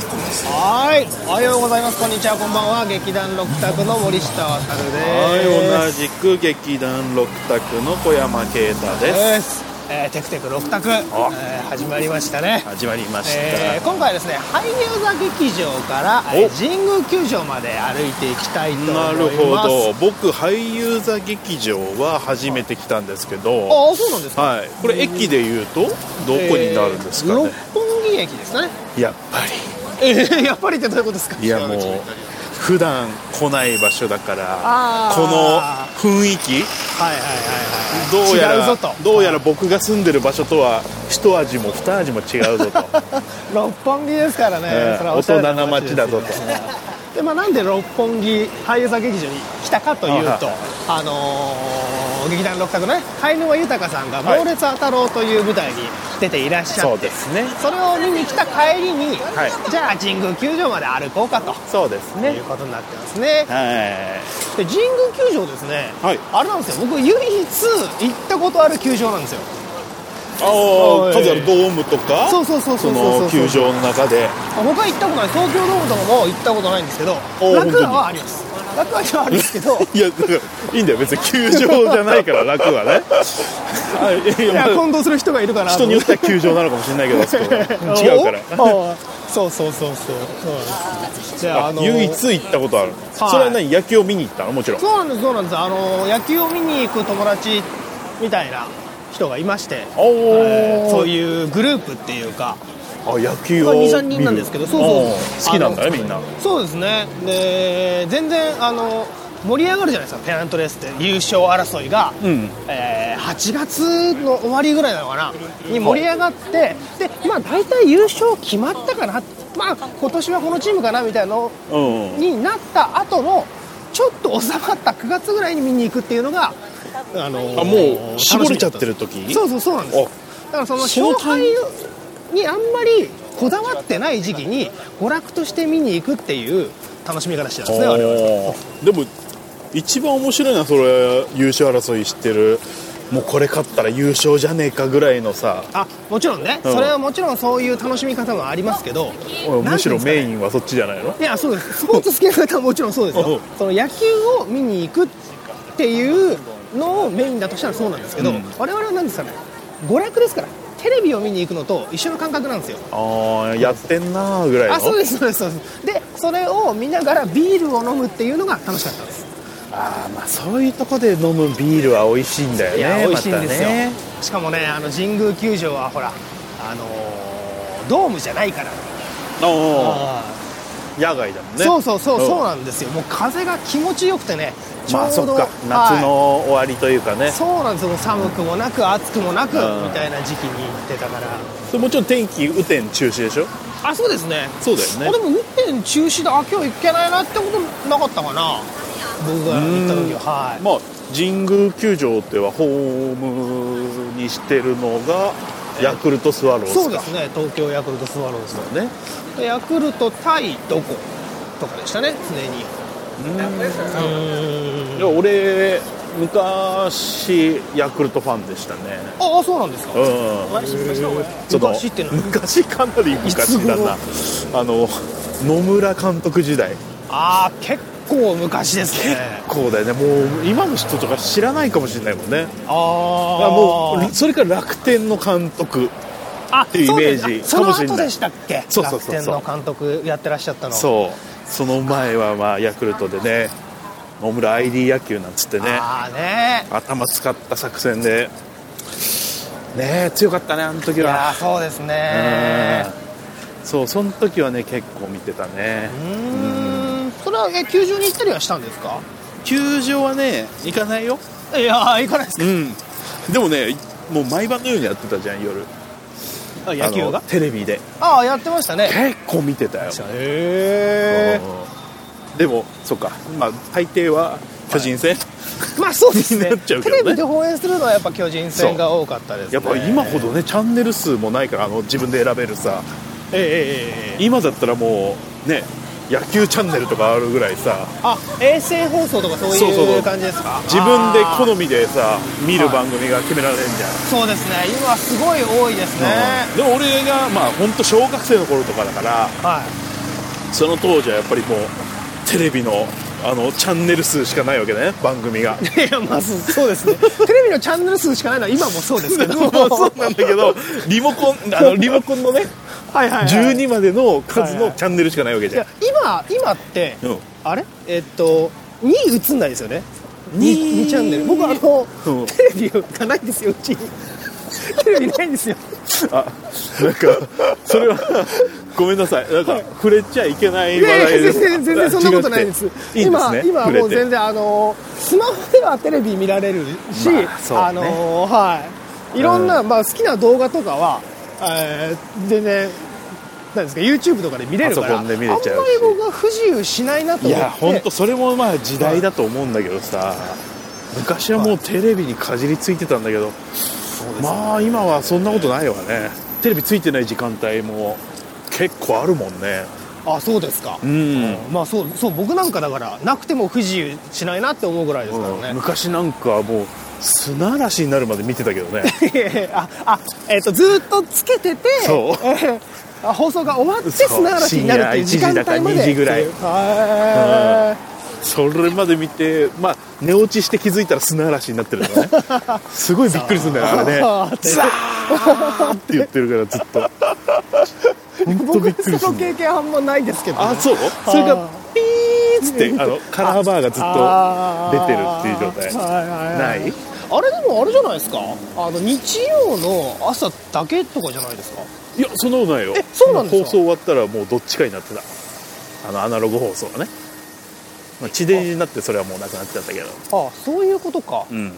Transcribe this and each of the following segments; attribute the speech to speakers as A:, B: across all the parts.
A: はいおはようございますこんにちはこんばんは劇団六卓の森下渉です
B: はい、同じく劇団六卓の小山慶太
A: で
B: です。
A: す、えー、テクテク六卓、えー始まりましたね
B: 始まりました。
A: えー今回はですね俳優座劇場から、えー
B: お
A: 神宮球場まで歩いていきたいと思いま
B: な
A: す
B: るほど僕俳優座劇場は初めて来たんですけど、
A: ああそうなんですか、
B: はい、これ駅でいうとどこになるんですか
A: えー、
B: ね
A: 六本木駅ですね
B: やっぱ
A: えー、やっぱりってどういうことですか
B: りいやもう
A: は
B: 普段来ない場所だからこの
A: あ
B: 雰囲気
A: いはいはい
B: ど
A: はいう
B: や
A: 違うぞ
B: ら
A: と
B: どうやら僕が住んでる場所とは一味も二味も違うぞ と、
A: 六本木ですからね、
B: えー
A: それは
B: 大
A: おしゃれ
B: 人な街だぞと
A: ですよねでまあ、なんで六本木俳優座劇場に来たかというと、あのー劇団六角のね貝沼豊さんが「
B: はい
A: 猛烈当たろう」という舞台に出ていらっしゃって、
B: そうですね
A: それを見に来た帰りに、
B: はい
A: じゃあ神宮球場まで歩こうかと。
B: そうです
A: いうことになってますねで
B: はい
A: 神宮球場ですね、
B: はい
A: あれなんですよ僕唯一行ったことある球場なんですよ
B: あ
A: はい
B: あ数あるドームとか
A: そうそうそうそうそう
B: その球場の中で
A: 僕は行ったことない東京ドームとかも行ったことないんですけど
B: お
A: 楽クはあります楽クはあるんですけ ど
B: いやだからいいんだよ別に球場じゃないから楽はねあい
A: い
B: や
A: や
B: まあ
A: 混同する人がいるから
B: 人によっては球場なのかもしれないけどあそこは違うから
A: おおそうそうそうそうそうなんですじゃああの
B: 唯一行ったことある、それは何野球を見に行ったのもちろん
A: そうなんですそうなんですあの野球を見に行く友達みたいな人がいまして
B: おお、
A: えーそういうグループっていうか
B: あ野球を見る
A: 23人なんですけどそうそう
B: おー好きなんだねみんな
A: あのそうですねで全然あの盛り上がるじゃないですかペナントレースって優勝争いが、
B: ん
A: えー8月の終わりぐらいなのかなに盛り上がってでまあ大体優勝決まったかなまあ今年はこのチームかなみたいなの
B: うん
A: になった後のちょっと収まった9月ぐらいに見に行くっていうのがあのー
B: あも
A: 楽
B: う絞
A: し
B: れ
A: み
B: ち
A: だ
B: ゃ
A: っ
B: ったてる時
A: そうそうそうなんですよだからその
B: その
A: 勝
B: タイ
A: 敗にあんまりこだわってない時期に娯楽として見に行くっていう楽しみ方してたんですね我々
B: おーでも一番面白いのはそれ優勝争いしてるもうこれ勝ったら優勝じゃねえかぐらいのさ
A: あもちろんね、
B: うん
A: それはもちろんそういう楽しみ方もありますけど
B: おいむしろメイ
A: ン
B: ンはそっちじゃないの
A: いやそうですスポーツ好きな方はもちろんそうです
B: う
A: よ
B: ん
A: その野球を見に行くっていうのをメインだとしたらそうなんですけど、
B: うん
A: 我々は何ですかね娯楽ですからテレビを見に行くのと一緒の感覚なんですよ
B: ああやってんなーぐらいの
A: あそうですそうですそうですでそれを見ながらビールを飲むっていうのが楽しかったんです
B: あーまあそういうとこで飲むビールは美味しいんだよねまたね
A: しかもねあの神宮球場はほらあのードームじゃないから、
B: おー野外だもんね
A: そうそうそうそう
B: う
A: なんですよもう風が気持ちよくてね
B: んまあそっか
A: はい
B: 夏の終わりというかね、
A: そうなんですよ寒くもなく暑くもなくみ
B: うん
A: たいな時期に行ってたから
B: それもちろん天気雨天中止でしょ
A: あそうですね
B: そうだよね
A: あでも運転中止だあ今日行けないなってことなかったかな僕が行った時ははい
B: まあ神宮球場ってはホームにしてるのがヤクルトスワローズか
A: そうですね東京ヤクルトスワローズの
B: ね
A: でヤクルト対どことかでしたね常に
B: いや俺昔ヤクルトファンでしたね
A: ああそうなんですか
B: うんその
A: 昔ってのは
B: 昔かなり昔だなあの野村監督時代
A: ああ結構昔ですね
B: こうだよねもう今の人とか知らないかもしれないもんねだから
A: ああ
B: もうそれから楽天の監督
A: あ
B: っていうイメージ
A: そうですあその
B: かもしれない
A: 後でしたっけ
B: そうそうそうそう
A: 楽天の監督やってらっしゃったの
B: そうその前はまあヤクルトでね野村 ID 野球なんつってね
A: ああね
B: 頭使った作戦でねえ強かったねあの時
A: いや
B: は
A: ーそうですね
B: そうその時はね結構見てたね
A: うーんそれはえ球場に行ったりはしたんですか
B: 球場はね行かないよ
A: いやー行かないです
B: うんでもねもう毎晩のようにやってたじゃん夜
A: あ野球が
B: あのテレビで
A: ああやってましたね
B: 結構見てたよ
A: へ
B: うんでもそっかまあ大抵は巨人戦、
A: えまあそうですね
B: になっちゃうけ
A: テ
B: ど
A: レ
B: ね
A: ビで放映するのはやっぱ巨人戦が多かったですね
B: やっぱ今ほどねチャンネル数もないからあの自分で選べるさ
A: ええええええ
B: 今だったらもうね野球チャンネルとかあるぐらいさ
A: あ衛星放送とかそう
B: そうそう
A: い
B: そう
A: う感じですか
B: 自分で
A: あー
B: 好みでさ見る番組が決められるじゃん
A: そうですね今すごい多いですね
B: うんでも俺がまあ本当小学生の頃とかだから
A: は
B: その当時はやっぱりもうテレビのあのチャンネル数しかないわけだね番 組が
A: いやまあそうそうですねテレビのチャンネル数しかないのは今もそうです けど
B: もうそうなんだけどリモコンあのリモコンのね
A: はいはい、はい、
B: 12までの数
A: はい
B: の
A: はい
B: チャンネルしかないわけ
A: い
B: じゃん
A: や今今って、
B: うん
A: あれえっと2映んないですよね 2, チャンネル僕あの、
B: うん
A: テレビがないんですようち にテレビないんですよ
B: あなんかそれはごめんなさいなんか触れちゃいけない
A: い
B: 話
A: やい
B: 題
A: や全
B: です
A: 然全然そんなことないです
B: 違っていいんですね
A: 今今
B: 触れ
A: もう
B: て
A: 全然あのスマホではテレビ見られるし、
B: まあそうね
A: あのはいいろんな、まあ、好きな動画とかは、えー全然なんですか YouTube とかで見れるから
B: パソコンで見れちゃうし
A: あんまり僕は不自由しないなと思
B: い
A: って
B: や本当それもまあ時代だと思うんだけどさ昔はもうテレビにかじりついてたんだけどまあ今はそんなことないわねテレビついてない時間帯も結構あるもんね
A: あそうですか
B: うん
A: まあそうそう僕なんかだからなくても不自由しないなって思うぐらいですから ね、
B: 昔なんかもう砂嵐になるまで見てた けどね
A: ああえっ、とずーっとつけてて
B: そう
A: あ放送が終わって
B: そう
A: 砂嵐になるっていう時間帯まで
B: 深夜1時だか2時ぐらい
A: へー
B: それまで見てまあ寝落ちして気づいたら砂嵐になってる のねすごいびっくりするんだよあれね
A: あ ーって
B: ザーって言ってるからずっと本当びっく
A: 僕
B: りす
A: そ
B: る
A: の経験あんまないですけどね、
B: あそうそれがピーッつってあのカラーバーがずっと出てるっていう状態
A: はいはいはい
B: ない
A: あれでもあれじゃないですかあの日曜の朝だけとかじゃないですか
B: いやそんなことないよ
A: えそうなんですか
B: 放送終わったらもうどっちかになってたあのアナログ放送がねまあ地デジになってそれはもうなくなっちゃったけど
A: あそういうことか
B: うん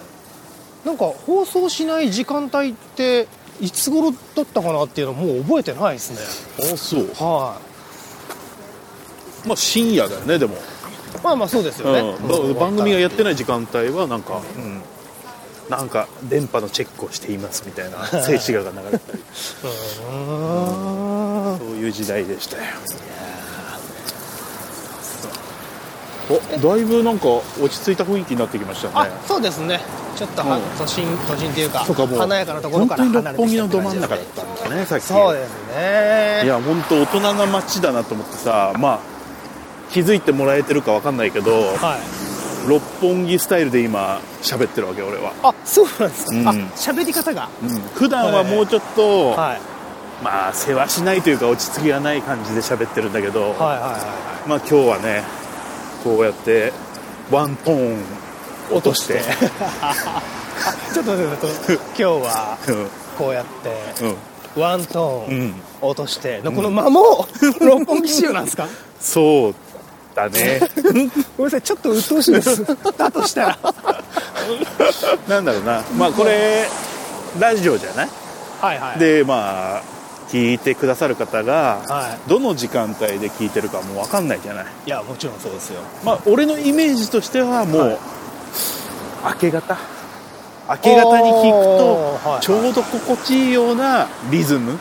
A: なんか放送しない時間帯っていつ頃だったかなっていうのはもう覚えてないですね
B: あそう
A: は
B: まあ深夜だよねでも、
A: い、まあまあそうですよね、
B: うんだから番組が
A: や
B: やってない時間帯はなんかうんなんか電波のチェックをしていますみたいな静止画が流れたり そういう時代でしたよおだいぶなんか落ち着いた雰囲気になってきましたね
A: あそうですねちょっとは、
B: うん
A: 都心都心っていうか
B: そうかもう
A: 華やかなところから
B: 本当に
A: 離れ
B: 六
A: て
B: 本
A: き
B: 木
A: た
B: の
A: って
B: ど
A: 感じですね
B: 真ん中だったんだねさっき
A: そうですね
B: いや本当大人な街だなと思ってさまあ気づいてもらえてるかわかんないけど
A: はい
B: 六本木スタイルで今喋ってるわけ俺は、
A: あそうなんですか、
B: うん
A: あ喋り方が
B: うん、普段はもうちょっと、
A: はい
B: まあせわしないというか落ち着きがない感じで喋ってるんだけど、
A: はいはいは
B: まあ今日はねこうやってワントーン落として
A: いちょっと待ってちょっと今日はこうやっ
B: う
A: て
B: ん、うん
A: ワントーン
B: うん
A: 落としてのこの間も六本木仕様なんですか
B: そうだね
A: ごめんなさいちょっと鬱陶しいです だとしたら
B: なんだろうなまあこれラジオじゃない
A: はいはい
B: でまあ聞いてくださる方が、
A: は
B: どの時間帯で聞いてるかもう分かんないじゃない
A: いやもちろんそうですよ
B: まあ俺のイメージとしてはもう、
A: はい
B: 明け方明け方に聞
A: お
B: く
A: ーはい
B: とちょうど心地いいようなリズム、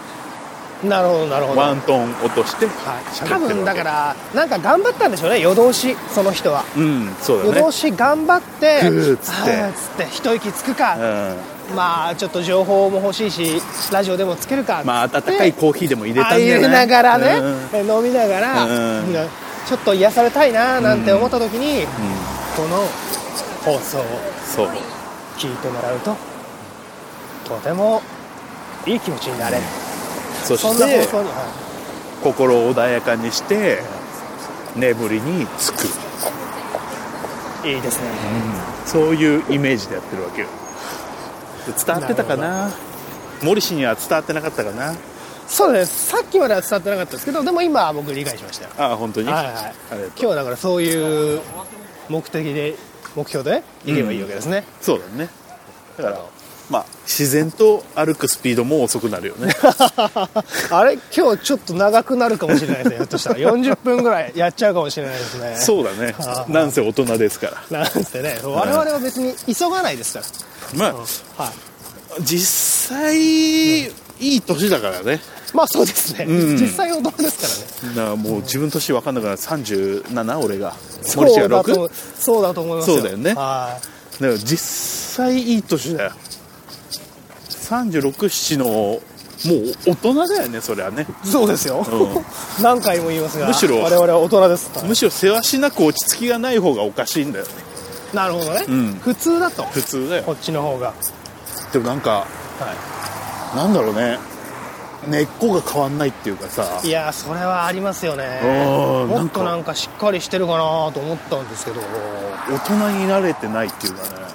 A: なるほどなるほど
B: ワントーン落として
A: はい、
B: 喋
A: 多
B: ってる
A: 分
B: わ
A: だ
B: け
A: からなんか頑張ったんでしょうね夜通しその人は
B: うんそう
A: 夜
B: だ
A: 通し頑張って
B: ぐーっつって
A: あーっつって一息つくか、
B: ね、
A: まあちょっと情報も欲しいしラジオでもつけるか
B: うん、まあ温かいコーヒーでも入れたん
A: あ
B: じゃ
A: 入
B: ない
A: れながらね、
B: うん
A: 飲みながら、
B: うん
A: ちょっと癒されたいななんて思った時に、
B: うん
A: この放送を
B: そう
A: 聞いてもらうととてもいい気持ちになれる、
B: そ
A: そん
B: し
A: な放
B: て
A: 送には
B: 心を穏やかにして眠りにつく
A: いいいですね、
B: そういうイメージでやってるわけよで伝わってたかなモリシには伝わってなかったかな
A: そうですさっきまでは伝わってなかったですけどでも今は僕理解しましたよ
B: ああ本当に、
A: はいはい
B: ありがとう
A: 今日はだからそういう目的で目標でいけばいいわけですね、
B: そうだねだからまあ自然と歩くスピードも遅くなるよ ね
A: あれ今日ちょっと長くなるかもしれないですねひょっとしたら40分ぐらいやっちゃうかもしれないですね
B: そうだねなんせ大人ですから
A: うなんてね我々は別に急がないですか
B: まあ
A: ら、はい、
B: 実際いい年だからね
A: まあそうですね、
B: ん
A: 実際はどうですか
B: だからもう自分年分かんなくなる37俺が
A: ら
B: 森
A: ね
B: 氏が
A: だ
B: 6?
A: とそうだと思いますよ
B: そうだよね
A: はい
B: だから実際いい年だよ3 6 7のもう大人だよねそりゃね
A: そうですよ、 何回も言いますが
B: むしろ
A: 我々は大人です
B: むしろせわしなく落ち着きがない方がおかしいんだよね
A: なるほどね、
B: うん
A: 普通だと
B: 普通だよ
A: こっちの方が、
B: でもなんか
A: は
B: なんだろうね根っこが変わんないっていうかさ
A: い、いやーそれはありますよね
B: うん
A: もっとなんかしっかりしてるかなと思ったんですけど
B: 大人になれてないっていうかね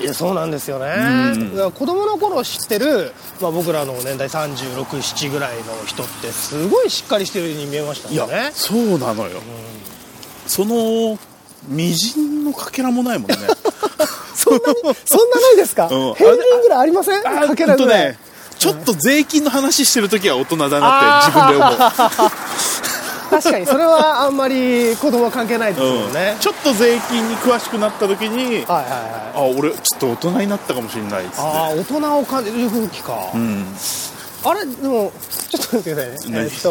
A: いやそうなんですよね、
B: うん
A: だから子供の頃知ってる、まあ、僕らの年代367ぐらいの人ってすごいしっかりしてるように見えました
B: いや、
A: もんね
B: そうなのよ、その微塵のかけらもないもんね
A: そんなにそんなないですか、
B: うん
A: 片鱗ぐらいありません
B: あ
A: かけら
B: ほんと
A: ぐらい、
B: ねちょっと税金の話してる時は大人だなって自分で思う
A: 確かにそれはあんまり子供は関係ないですもんね、
B: ちょっと税金に詳しくなった時に
A: はいはいはい
B: あ俺ちょっと大人になったかもしれないですね
A: ああ大人を感じる雰囲気か、
B: うん
A: あれでもちょっと待ってくださいね
B: 何
A: えーっ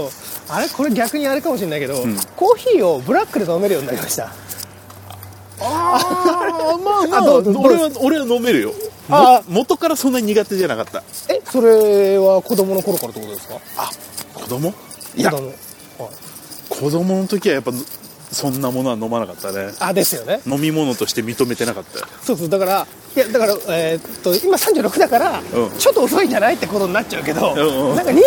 A: とあれこれ逆にあれかもしれないけど、
B: ん
A: コーヒーをブラックで飲めるようになりました
B: ああまあ ま
A: あ
B: あ
A: どうぞ
B: 俺は俺は飲めるよ
A: あ
B: も元からそんなに苦手じゃなかった
A: えそれは子供の頃からってことですか
B: あ子供いや
A: 子供はい
B: 子供の時はやっぱそんなものは飲まなかったね
A: あですよね
B: 飲み物として認めてなかったよ
A: そうそうだからいやだから、えーっと今36だから、
B: うん
A: ちょっと遅いんじゃないってことになっちゃうけど、
B: うんうん
A: なんか 20,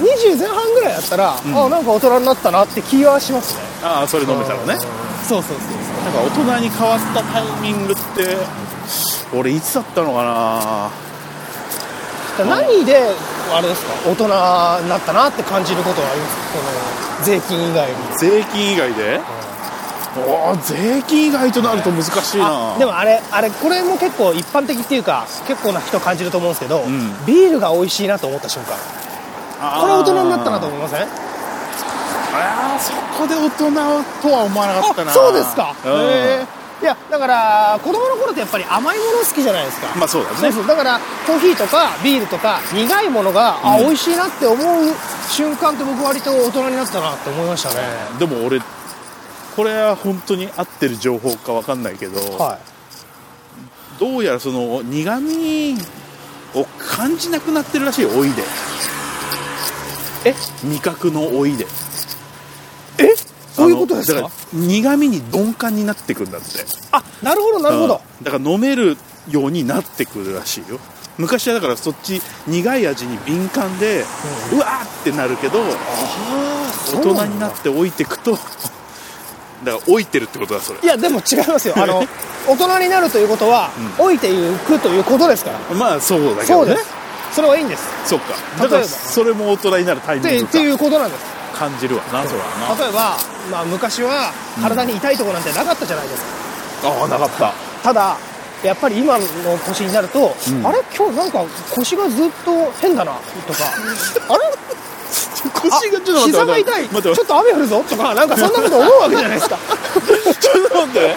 A: 20前半ぐらいだったら、あなんか大人になったなって気はしますね
B: ああそれ飲めたのね
A: そうそうそう
B: なんか大人に変わったタイミングって俺いつだったのかな
A: そう何であれですか大人になったなって感じることはありますこの税金以外に
B: 税金以外でおー税金以外となると難しい
A: あ
B: な
A: でもあれあれこれも結構一般的っていうか結構な人感じると思うんですけど、
B: ん
A: ビールが美味しいなと思った瞬間
B: あー
A: これ大人になったなと思いません
B: あーそこで大人とは思わなかったな
A: あそうですか
B: うん
A: へえいやだから子供の頃ってやっぱり甘いもの好きじゃないですか、
B: まあそうだね
A: そうそうだからコーヒーとかビールとか苦いものが、あ
B: うん
A: 美味しいなって思う瞬間って僕割と大人になったなって思いましたね
B: でも俺これは本当に合ってる情報か分かんないけど、
A: は
B: どうやらその苦味を感じなくなってるらしいよ老いで
A: いえ
B: 味覚の老いで
A: えそういうことですか
B: あのだら苦味に鈍感になってくんだって
A: あなるほどなるほど、
B: うんだから飲めるようになってくるらしいよ昔はだからそっち苦い味に敏感で、うわーってなるけど
A: ああ
B: 大人になって老いてくと だから老いてるってことだそれ
A: いやでも違いますよあ の大人になるということは、老いていくということですから
B: まあそうだけ
A: そ
B: ど
A: う
B: ね
A: ですそれはいいんです
B: そっ
A: 例
B: か
A: えば
B: だからそれも大人になるタイ
A: っ
B: ミ
A: て
B: ング
A: って
B: か
A: いうことなんです
B: 感じるわなそれはな
A: 例えば、まあ、昔は体に痛いところなんてなかったじゃないですか、
B: ああなかった
A: ただやっぱり今の年になると、
B: うん
A: あれ今日なんか腰がずっと変だなと かあれ
B: 腰がちょっ
A: あ
B: と待って
A: 膝が痛い
B: 待って
A: ちょっと雨降るぞとかなんかそんなこと思うわけじゃないです か
B: ちょっと待って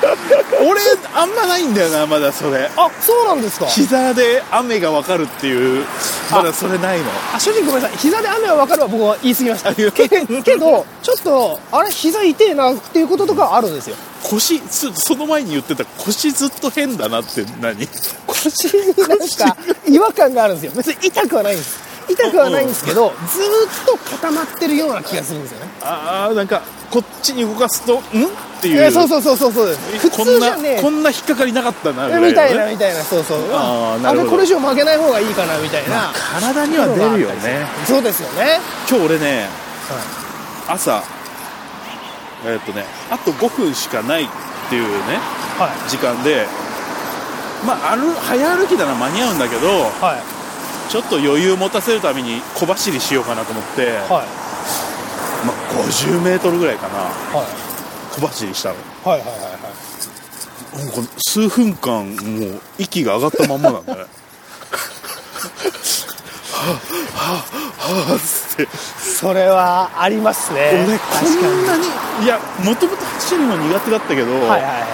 B: 俺あんまないんだよなまだそれ
A: あそうなんですか
B: 膝で雨が分かるっていうまだそれないの
A: あ正直ごめんなさい膝で雨は分かるは僕は言い過ぎまし
B: あ
A: た
B: いや
A: けけどちょっとあれ膝痛えなっていうこととかあるんですよ
B: 腰そその前に言ってた腰ずっと変だなって何
A: 腰になんか違和感があるんですよ別に痛くはないんです痛くはないんですけどずーっと固まってるような気がするんですよね
B: ああなんかこっちに動かすとんって
A: い
B: いう
A: やそうそうそうそうそうです普
B: こ
A: 通
B: ん
A: じ
B: な
A: ゃね
B: こんな引っかかりなかったな
A: え
B: ぐらいのね
A: みたいなみたいなそうそう
B: あ
A: あ
B: ーなるほ
A: れ
B: ど
A: これ以上負けない方がいいかなみたいな
B: 体には出るよね
A: そうですよね
B: 今日俺ね朝えーっとねあと5分しかないっていうね
A: は
B: 時間でまあ歩早歩きなら間に合うんだけど
A: いはい
B: ちょっと余裕持たせるために小走りしようかなと思って、
A: はい
B: まあ、50メートルぐらいかな
A: はい
B: 小走りしたの
A: はいはいはいはい
B: なんか数分間もう息が上がったまんまな んだねはあはあはあっつって
A: それはありますね
B: 俺こ
A: 確かに
B: んなにいやもともと走るの苦手だったけど、
A: はいはいはい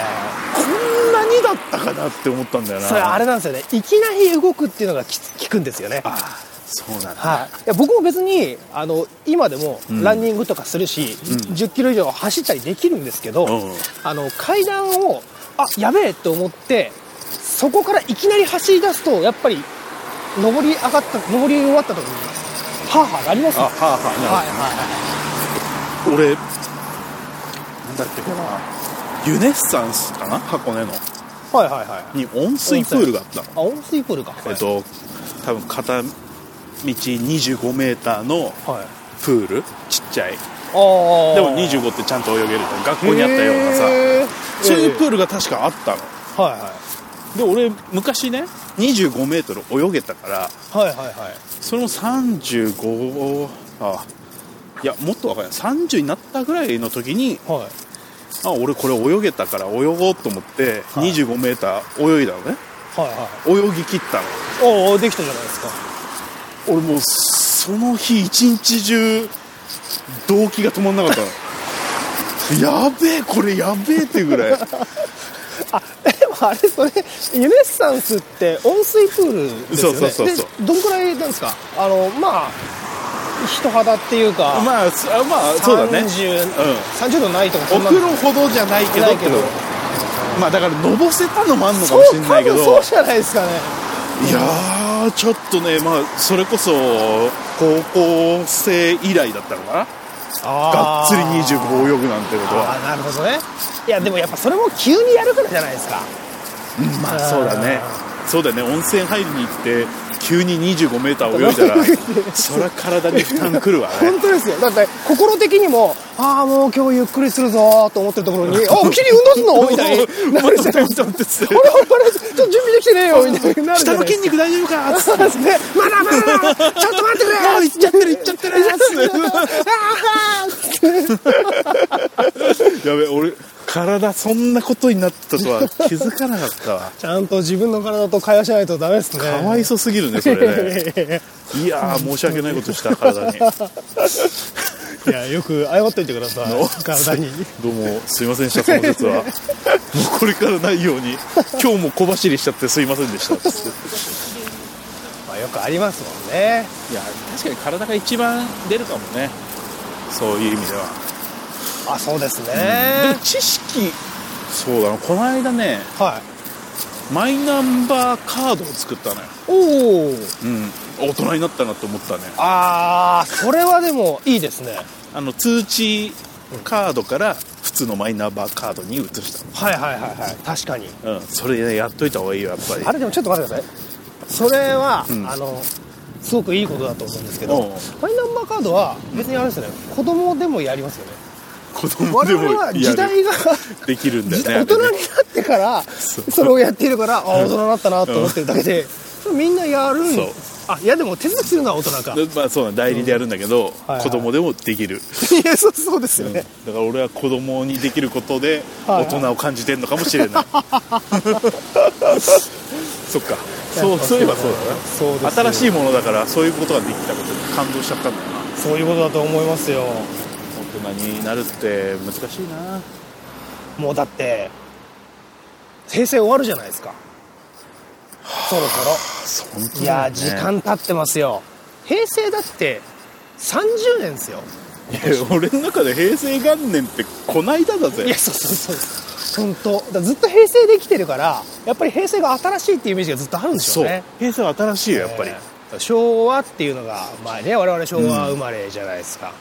B: こんなにだったかなって思ったんだよな
A: それあれなんですよねいきなり動くっていうのがきつ効くんですよね
B: ああそうなんだ、
A: はい、いや僕も別にあの今でも
B: ん
A: ランニングとかするし、10キロ以上走ったりできるんですけど、
B: うん
A: あの階段をあやべえと思ってそこからいきなり走り出すとやっぱり登り上がった、登り終わった時に、はぁはぁなります
B: あ
A: ね
B: はあはあなるほど
A: はいは
B: 俺なんだっけなユネッサンスかな箱根の
A: いはい。はいはいはい。
B: に温水プールがあったの
A: あ、温水プールか。
B: えっと多分片道25メーターの
A: はい。
B: プールちっちゃい
A: ああ。
B: でも25ってちゃんと泳げると学校にあったようなさ
A: へー
B: そういうプ
A: え
B: ールが確かあったの
A: えはいは
B: で俺昔ね25メートル泳げたから
A: い。はいはいはい。
B: それも35あいやもっと若い30になったぐらいの時に
A: はい。
B: あ俺これ泳げたから泳ごうと思って
A: はい
B: 25メーター泳いだのね
A: はいはい。
B: 泳ぎ切ったの
A: おお、できたじゃないですか。
B: 俺もうその日一日中動機が止まんな かったのやべえこれやべえっていうぐらい
A: あ、でもあれ、それ、ユネッサンスって温水プールですよね。
B: そうそうそうそう
A: でどんくらいなんですかあの、まあ、人肌っていうか、
B: まあすあまあそうだね
A: 30
B: うん
A: 30度ないとか、
B: お
A: そんな
B: 風呂ほどじゃないけど
A: ないけど
B: ってことまあだからのぼせたのもあんのか
A: そ
B: も
A: う、
B: しれないけど
A: 多分そうじゃないですかね。
B: いやーちょっとねまあそれこそ高校生以来だったのかながっつり25泳ぐなんてことは
A: ああ、なるほどね。いや、でもやっぱそれも急にやるからじゃないですか。
B: うんまあそうだねそうだね温泉入りに行って急に2 5ーター泳いだ
A: 泳い
B: らそ りゃ体に負担くるわね
A: 本当ですよ。だって、心的にも、ああ、もう今日ゆっくりするぞーと思ってるところ に、あ、君運動すんのみたいにな
B: 待
A: る
B: っ
A: じ
B: て
A: ゃない
B: 待っ
A: です
B: て
A: か。
B: 待って
A: あれあれあれちょっと準備できてねえよ みたいになるじ
B: 下
A: ゃな
B: の
A: いで
B: 筋
A: すか。
B: 肉大丈夫か
A: そうですね。まだまだまだちょっと待って くれ
B: もう行っちゃってる行っちゃってるやべ俺体そんなことになったとは気づかなかった わ
A: ちゃんと自分の体と会話しないとダメですね。
B: かわいそすぎるねそれ ねいやー申し訳ないことした体に
A: いや、よく謝っていてくださ い。体に。
B: どうもすいませんでしたその説 はもうこれからないように今日も小走りしちゃってすいませんでしたっつって
A: まあ、よくありますもんね。
B: いや確かに体が一番出るかもねそういう意味では、
A: あ、そうですね。
B: でも知識そうだなこの間ね
A: はい。
B: マイナンバーカードを作ったのよ
A: おお。
B: うん大人になったなと思ったね
A: ああ、それはでもいいですね。
B: あの通知カードから普通のマイナンバーカードに移し
A: はいはいはいはい。確かに。
B: たのうんそれねやっといた方がいいよやっぱり
A: あれでもちょっと待ってください。それは、
B: うん
A: あの、すごくいいことだと思うんですけ
B: おう
A: ど、マイナンバーカードは別にあれですね、子供でもやりますよね。
B: 子供
A: 我
B: で
A: 々
B: も
A: は
B: やる
A: 時代 が、
B: できるんだよ
A: 時
B: ね
A: 代大
B: あ
A: 人
B: れね
A: になってから、
B: そう
A: それをやっているから、あ、大人になったなと思ってるだけで、それみんなやるん
B: そう
A: あ、いやでも手続きするのは大人 か。
B: でまあそうなん代理でやるんだけど、
A: はいはい
B: 子供でもできる、
A: いや、そうそうですよ
B: だ
A: ね。
B: から俺は子供にできることで
A: はいは
B: 大
A: い
B: 人を感じてんのかもし れないそっかそ
A: や
B: う
A: っぱ
B: そういえばそうだな
A: そうですよ
B: 新しいものだからそういうことができたことに感動しちゃったんだよな
A: そういうことだと思いますよ。
B: 大人になるって難しいな
A: もうだって、平成終わるじゃないですか。そろそろ。
B: 本当だよね
A: いやー、時間経ってますよ。平成だって30年ですよ。
B: いや俺の中で平成元年ってこないだ
A: い
B: だ
A: や、
B: ぜ
A: そうそうそう。本当。だからずっと平成できてるから、やっぱり平成が新しいっていうイメージがずっとあるんでしょ
B: そうう
A: ね。
B: 平成は新しいよやっぱり、
A: えー昭和っていうのが、まあね、我々昭和生まれじゃないですか。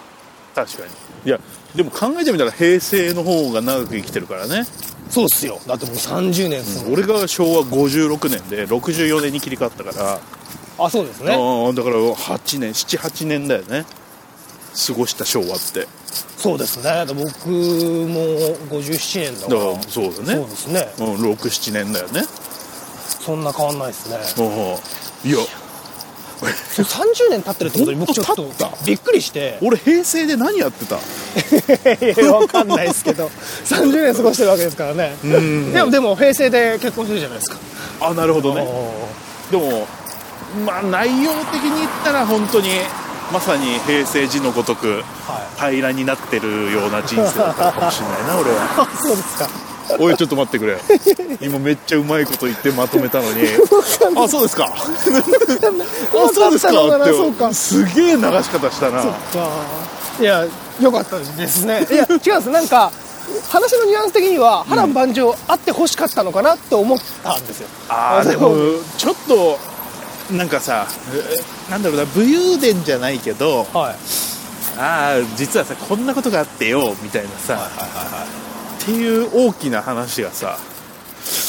B: 確かにいやでも考えてみたら平成の方が長く生きてるからね
A: そうっすよ。だってもう30年っすもん。
B: 俺が昭和56年で64年に切り替わったから
A: あ、そうですね。
B: ああだから8年78年だよね過ごした昭和ってだか
A: そうですね。だって僕も57年だから。
B: らそうだ
A: そう
B: ね
A: ですね。
B: うん67年だよね
A: そんな変わんないですね。
B: うんいや
A: 30年経ってるってことに僕ちょっと
B: 本当経った
A: びっくりして。
B: 俺平成で何やってた
A: いやわかんないですけ ど30年過ごしてるわけですからね
B: ん
A: でもでも平成で結婚してるじゃないですか
B: あなるほど
A: お
B: ねでもまあ内容的に言ったら本当にまさに平成時のごとく
A: は
B: 平らになってるような人生だったのかもしれないな俺は
A: あそうですか
B: おいちょっと待ってくれ今めっちゃうまいこと言ってまとめた のにあそうですかあそうです
A: わ
B: か
A: か
B: っ
A: ったのかな
B: て
A: そうか
B: すげえ流し方したな
A: そっかいやよかったですねいや違うんですなんか話のニュアンス的には波乱万丈あってほしかったのかなと思ったんですよ
B: あーでもちょっとなんかさなんだろうな武勇伝じゃないけど
A: はい
B: ああ実はさこんなことがあってよみたいなさ、っていう大きな話がさ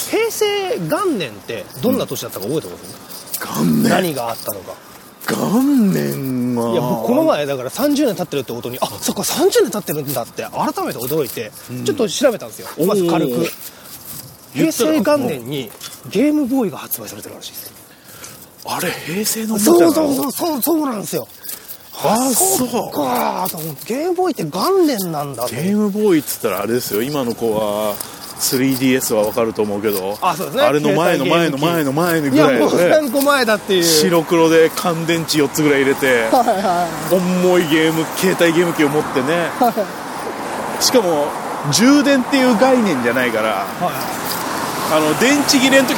A: 平成元年ってどんな年だったか覚えてます、
B: 元
A: 何があったのか
B: 元年はい
A: や僕この前だから30年経ってるってことにあそっか30年経ってるんだって改めて驚いてちょっと調べたんですよ、
B: おー
A: まず軽く平
B: 言ったら
A: 成元年にゲームボーイが発売されてるらしいです
B: あれ平成の
A: そうそう
B: う
A: そうそうそうなんですよ
B: あそう
A: そっかーと思ってゲームボーイって元年なんだと
B: ゲ
A: 思って
B: ームボーイっつったらあれですよ今の子は 3DS は分かると思うけど
A: あそうですね
B: れの前の前の前の前のぐらい
A: いやもう
B: だよね
A: 何個前だっていう
B: 白黒で乾電池4つぐらい入れて
A: はいは
B: 重いゲーム携帯ゲーム機を持ってねしかも充電っていう概念じゃないから
A: いは
B: あの電池切れの時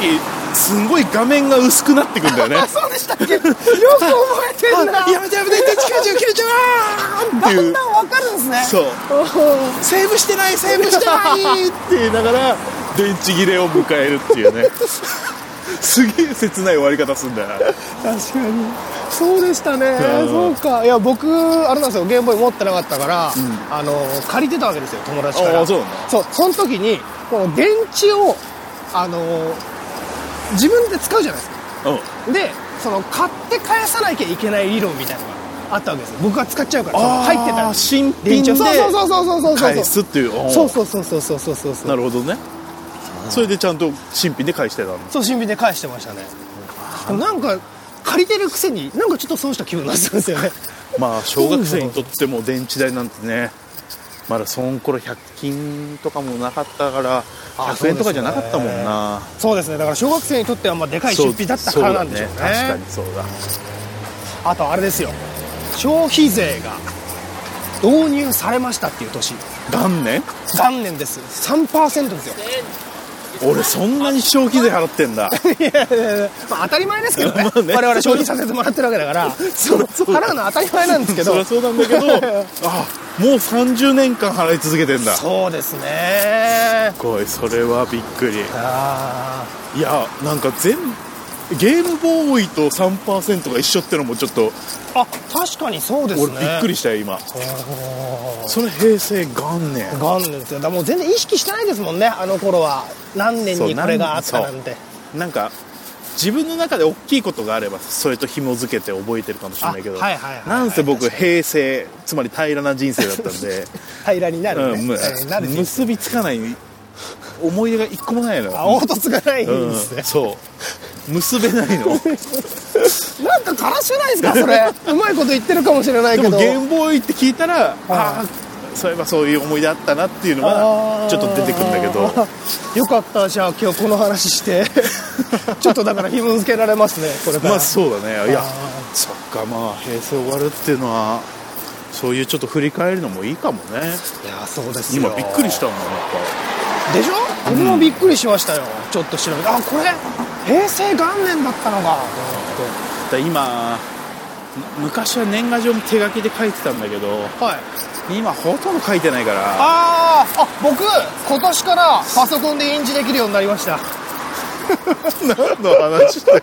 B: すんごい画面が薄くなってくんだよね
A: いあそうでしたっけよく覚えてんな
B: あやめてやめて電池切れちゃう切れちゃうあーっ て
A: だ
B: い
A: ん
B: う
A: だんわかるんですね
B: そう
A: おー
B: セーブしてないセーブしてないって言いながら電池切れを迎えるっていうね すげえ切ない終わり方すんだよな
A: 確かにそうでしたね、
B: うん
A: そうかいや僕あれなんですよゲームボーイ持ってなかったから、あの借りてたわけですよ友達か
B: あ
A: ら
B: あそうなんだ
A: そうその時にこの電池をあの自分で使うじゃないですか
B: うん
A: でその買って返さなきゃいけない理論みたいなのがあったわけですよ僕が使っちゃうからその入ってた
B: あー
A: ら
B: 新
A: 電
B: 品
A: 池
B: で
A: をそうそうそうそうそうそう
B: 返すっていうおー
A: そうそうそうそうそうそうそうそ
B: な
A: う
B: るほどねそれでちゃんと新品で返してたの
A: そう新品で返してましたねでもなんか借りてるくせになんかちょっと損した気分になってたんですよね
B: まあ小学生にとっても電池代なんてねまだその頃100均とかもなかったから
A: あ
B: 100円とかじゃなかったもんな
A: そうですねだから小学生にとってはまあでかい出費だったからなんでしょうね
B: そうだ確かにそうだ
A: あとあれですよ消費税が導入されましたっていう年
B: 元年
A: 残念です3%ですよ
B: 俺そんなに消費税払ってんだ
A: いやいやいやまあ当たり前ですけどね
B: まあね
A: 我々消費させてもらってるわけだから
B: そりゃそうだ
A: 払うのは当たり前なんですけ
B: そり
A: ど
B: ゃそうなんだけど あもう30年間払い続けてんだす
A: そうですね
B: ごいそれはびっくり
A: あ
B: いやなんか全ゲームボーイと3%が一緒ってのもちょっと
A: ーあ確かにそうです
B: 俺
A: ね
B: びっく
A: り
B: りしたよ今それ平成元年
A: 元年ですよだからもう全然意識してないですもんねあの頃は何年にこれがあったなんて
B: なんか自分の中で大きいことがあればそれと紐づけて覚えてるかもしれないけど、
A: あはいはいはいはい
B: なんせ僕
A: 確か
B: 平成つまり平らな人生 だったんで、
A: 平らになる、
B: う
A: ね
B: んむ
A: えーなるし
B: 結びつかない思い出が一個もないの
A: あ凹凸がないん
B: う
A: で
B: ん
A: すね、
B: そう結べ ないの
A: なんかからしくないですかそれうまいこと言ってるかもしれないけ
B: で
A: ど
B: もゲームボーイって聞いたらあ
A: あ
B: あそういえばそういう思い出あったなっていうのはちょっと出てくるんだけど
A: あーよかったじゃあ今日この話して ちょっとだから紐付けられますねこれから、
B: まあそうだねいや
A: あ
B: そっかまあ平成終わるっていうのはそういうちょっと振り返るのもいいかもね
A: いやそうですよ
B: 今びっくりしたもんやっ
A: でしょ僕もびっくりしましたよ、ちょっと調べてあこれ平成元年だったのか
B: ぱだから今む昔は年賀状も手書きで書いてたんだけど
A: と思ってはい
B: 今ほとんど書いてないから
A: あーあ僕今年からパソコンで印字できるようになりました
B: 何の話 してんの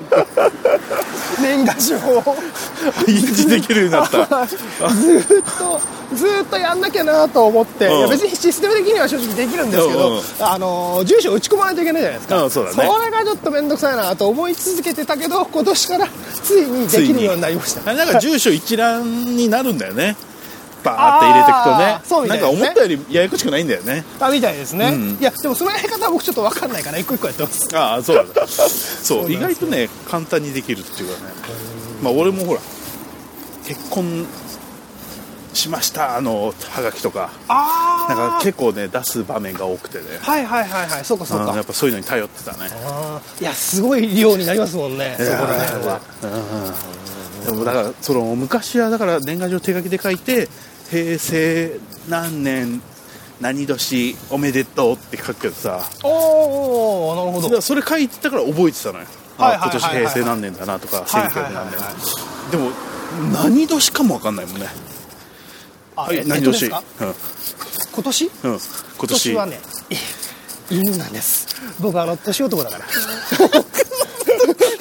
A: 年賀状を
B: 印字できるようになった
A: ずーっとずーっとやんなきゃなと思って、
B: うん
A: いや別にシステム的には正直できるんですけど、
B: うんうん
A: あのー住所打ち込まないといけないじゃないですか、
B: うんそうだね
A: れがちょっと面倒くさいなと思い続けてたけど今年からついにできるようになりました
B: あれなんか住所一覧になるんだよねバーって入れてくとね
A: あーそうみた
B: ないん
A: ですね
B: か思ったよりややこしくないんだよね
A: あみたいですね、
B: うん
A: いやでもそのやり方は僕ちょっと分かんないから一個一個やってます
B: ああそう だそう
A: そう
B: 意
A: なんで
B: 外
A: す
B: とね簡単にできるっていうかねまあ俺もほら結婚しましたあのハガキとか
A: あ
B: なんか結構ね出す場面が多くてね
A: はいはいはいはいそうかそう
B: あのや
A: か
B: っぱそういうのに頼ってたね
A: あーいやすごい量になりますもんねそこら辺は
B: でもだからその昔はだから年賀状手書きで書いて平成何年何年おめでとうって書くけどさ
A: おおなるほど
B: だからそれ書いてたから覚えてたのよ、
A: はい
B: あ
A: はいはいはい
B: 今年平成何年だなとか、
A: はい
B: 選
A: はい
B: 挙
A: はい
B: 何年
A: はい
B: でも何年かも分かんないもんね、
A: あ
B: はい
A: え
B: 何
A: えっとです
B: 年、
A: か
B: うんうん、
A: 今年
B: 今年
A: 今年はねい犬なんです僕あの年男だから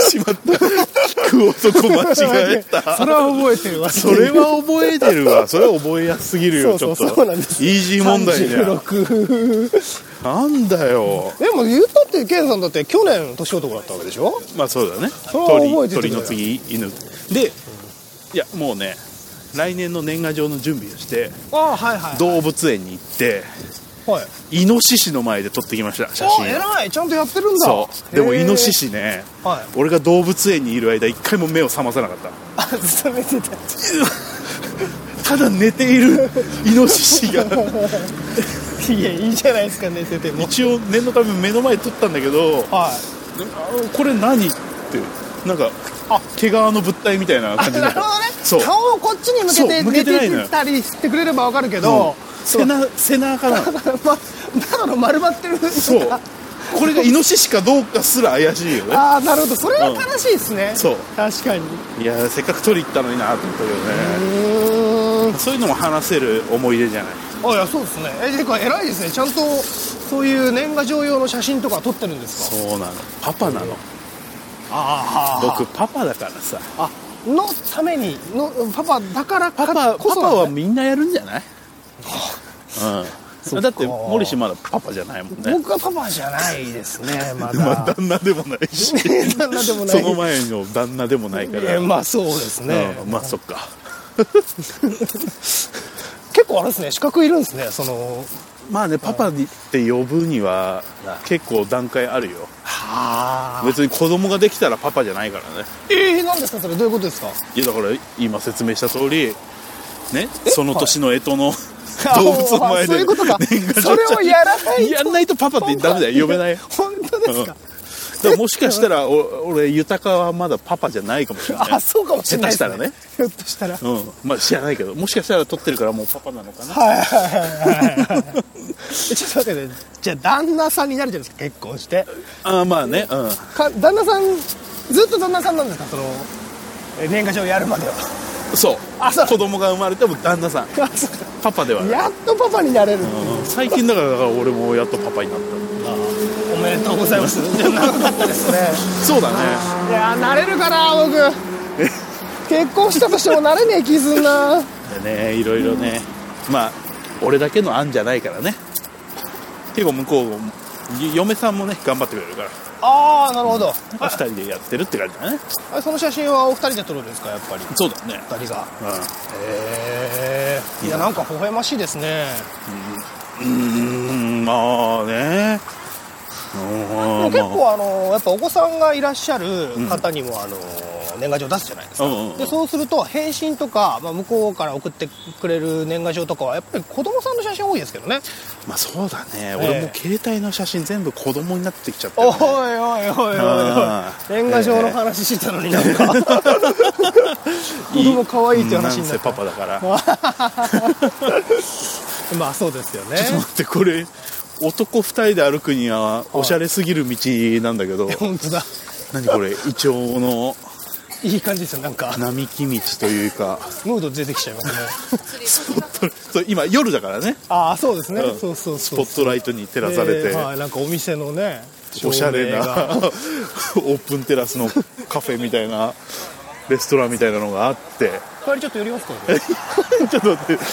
B: しまった聞 く男間違え た
A: それは覚えてるわ
B: それは覚えてるわそれは覚えやすすぎるよ
A: そうそう
B: ちょっと
A: そうなんです
B: イージー問題じゃん
A: 36
B: なんだよ
A: でも言ったってケンさんだって去年年男だったわけでしょ
B: まあそうだね
A: それは覚え
B: 鳥
A: ててくれ
B: 鳥の次犬でいやもうね来年の年賀状の準備をして
A: ああはいは
B: 動物園に行って
A: はい
B: イノシシの前で撮ってきました写
A: あ
B: 真を
A: 偉いちゃんとやってるんだ
B: そうでも
A: へえ
B: イノシシね
A: はい
B: 俺が動物園にいる間一回も目を覚まさなかった
A: あずっと見てた
B: ただ寝ているイノシシが
A: いやいいじゃないですか寝てても
B: 一応念のため目の前撮ったんだけ
A: は
B: ど
A: い
B: あこれ何ってなんかあ毛皮の物体みたいな感じ
A: な
B: だ
A: るほどね
B: そう
A: 顔をこっちに向
B: そう
A: け
B: 向
A: て
B: け
A: 寝
B: てないのよ
A: てたりしてくれればわかるけ
B: うん
A: ど
B: 背中背中なの
A: だから まただの丸まってる
B: そうこれがイノシシかどうかすら怪しいよね
A: ああなるほどそれは悲しいですね、
B: んそう
A: 確かに
B: いやせっかく取り行ったのになと思ったけど
A: う
B: ね
A: ーん
B: そういうのも話せる思い出じゃない
A: あいやそうですねえてか偉いですねちゃんとそういう年賀状用の写真とか撮ってるんですか
B: そうなのパパなの
A: あ
B: 僕パパだからさ
A: あのためにのパパだから
B: パ
A: パ
B: パパ
A: こそ
B: パは
A: なんだね
B: みんなやるんじゃないうんだって森氏まだパパじゃないもんね
A: 僕はパパじゃないです ねまだ、
B: まあ旦那でもないし
A: 旦那でもない
B: その前の旦那でもないから
A: えまあそうですね、
B: うんまあそっか
A: 結構あれですね資格いるんですねその
B: まあねパパにって呼ぶには結構段階あるよ
A: は
B: 別に子供ができたらパパじゃないからね
A: えー、何ですかそれどういうことですか
B: いやだから今説明した通りねその年の干支の
A: あ
B: 動物の前で
A: そういうことか
B: 年賀状
A: それをやらないと
B: やんないとパパってダメだよ呼べないよ
A: 本当ですか、
B: だからもしかしたらお俺豊かはまだパパじゃないかもしれない
A: あそうかもしれないです、ね、
B: 下手
A: ひょっとしたら
B: うんまあ知らないけどもしかしたら撮ってるからもうパパなのかな
A: はいはいはいはいはいちょっと待ってねじゃあ旦那さんになるじゃないですか結婚して
B: あーまあねうん
A: か旦那さんずっと旦那さんなんですかそのえ年賀状やるまでは
B: そう
A: あそう
B: 子供が生まれても旦那さん
A: あそう
B: パパではない
A: やっとパパになれる、
B: うん最近だからだから俺もやっとパパになっ
A: おめでとうございます長かったですね
B: たそうだね
A: いやーなれるかな僕結婚したとしてもなれねえ気すんな
B: でねいろいろねまあ俺だけの案じゃないからね結構向こうも嫁さんもね頑張ってくれるから
A: ああなるほど
B: 二人でやってるって感じだね
A: あその写真はお二人で撮るんですかやっぱり
B: そうだね
A: 二人が
B: う
A: へえいやなんか微笑ましいですね
B: んうーんまあねう
A: で
B: ー
A: も
B: ん
A: 結
B: ま
A: 構あのやっぱお子さんがいらっしゃる方にもあの年賀状出すじゃないですか
B: あうんうん
A: でそうすると返信とか、まあ、向こうから送ってくれる年賀状とかはやっぱり子供さんの写真多いですけどね
B: まあそうだね、俺も携帯の写真全部子供になってきちゃった
A: おい
B: よ
A: お
B: ね、
A: いおいおい
B: あ
A: おい年賀状の話してたのになんか 子供可愛いって話にな
B: な
A: っ
B: んせ
A: た
B: パパだから
A: まあそうですよね
B: ちょっと待ってこれ男二人で歩くにはおしゃれすぎる道なんだけど、
A: 本当だ
B: 何これイチョウの
A: いい感じですよなんか
B: 並木道というか
A: ムード出てきちゃいますね
B: スポットそう今夜だからね
A: ああそうですね、
B: うん
A: そうそう
B: ス
A: そう
B: ポットライトに照らされて、
A: ではい、なんかお店のね
B: おしゃれ
A: 照
B: な
A: 明が
B: オープンテラスのカフェみたいなレストランみたいなのがあって
A: 帰りちょっと寄りますか
B: ちょっと待って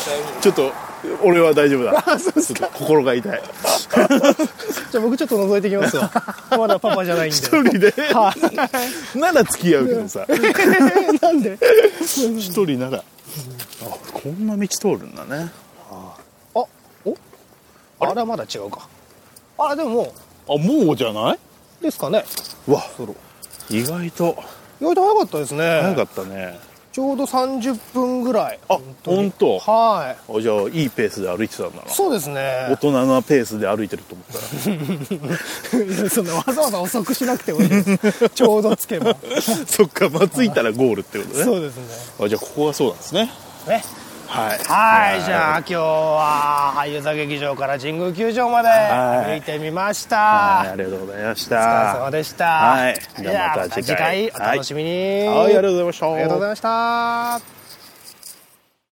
B: ちょっと俺は大丈夫だちょっと心が痛い
A: じゃあ僕ちょっと覗いてきます わまだパパじゃないんで
B: 一人で
A: は
B: なら付き合うけどさ
A: い なんで
B: 一人ならあこんな道通るんだね
A: あおあれはまだ違うかあれでもも
B: あもうじゃないう
A: ですかね
B: うわ意外と
A: 意外と早かったですね
B: 早かったね
A: ちょうど30分ぐらい
B: あ
A: に
B: 本当
A: は
B: あじゃあいいペースで歩いてたんだない
A: そうです
B: 大
A: ね
B: 人なペースで歩いてると思ったら
A: そんなわざわざ遅くしなくてもいい ですちょうどつけば
B: そっかまあ着いたらゴールってことね
A: そうですね
B: あじゃあここがそうなんですね
A: ね
B: はい
A: はい、じゃあ今日は俳優座劇場から神宮球場まで
B: はい
A: 歩いてみまし
B: はい
A: た。
B: ありがとうございまし
A: お疲れ様
B: た
A: でした。
B: はいじゃあ
A: じゃあ
B: また次
A: また次回
B: 回
A: お楽しみに。
B: はいありがとうございました
A: ありがとうございました。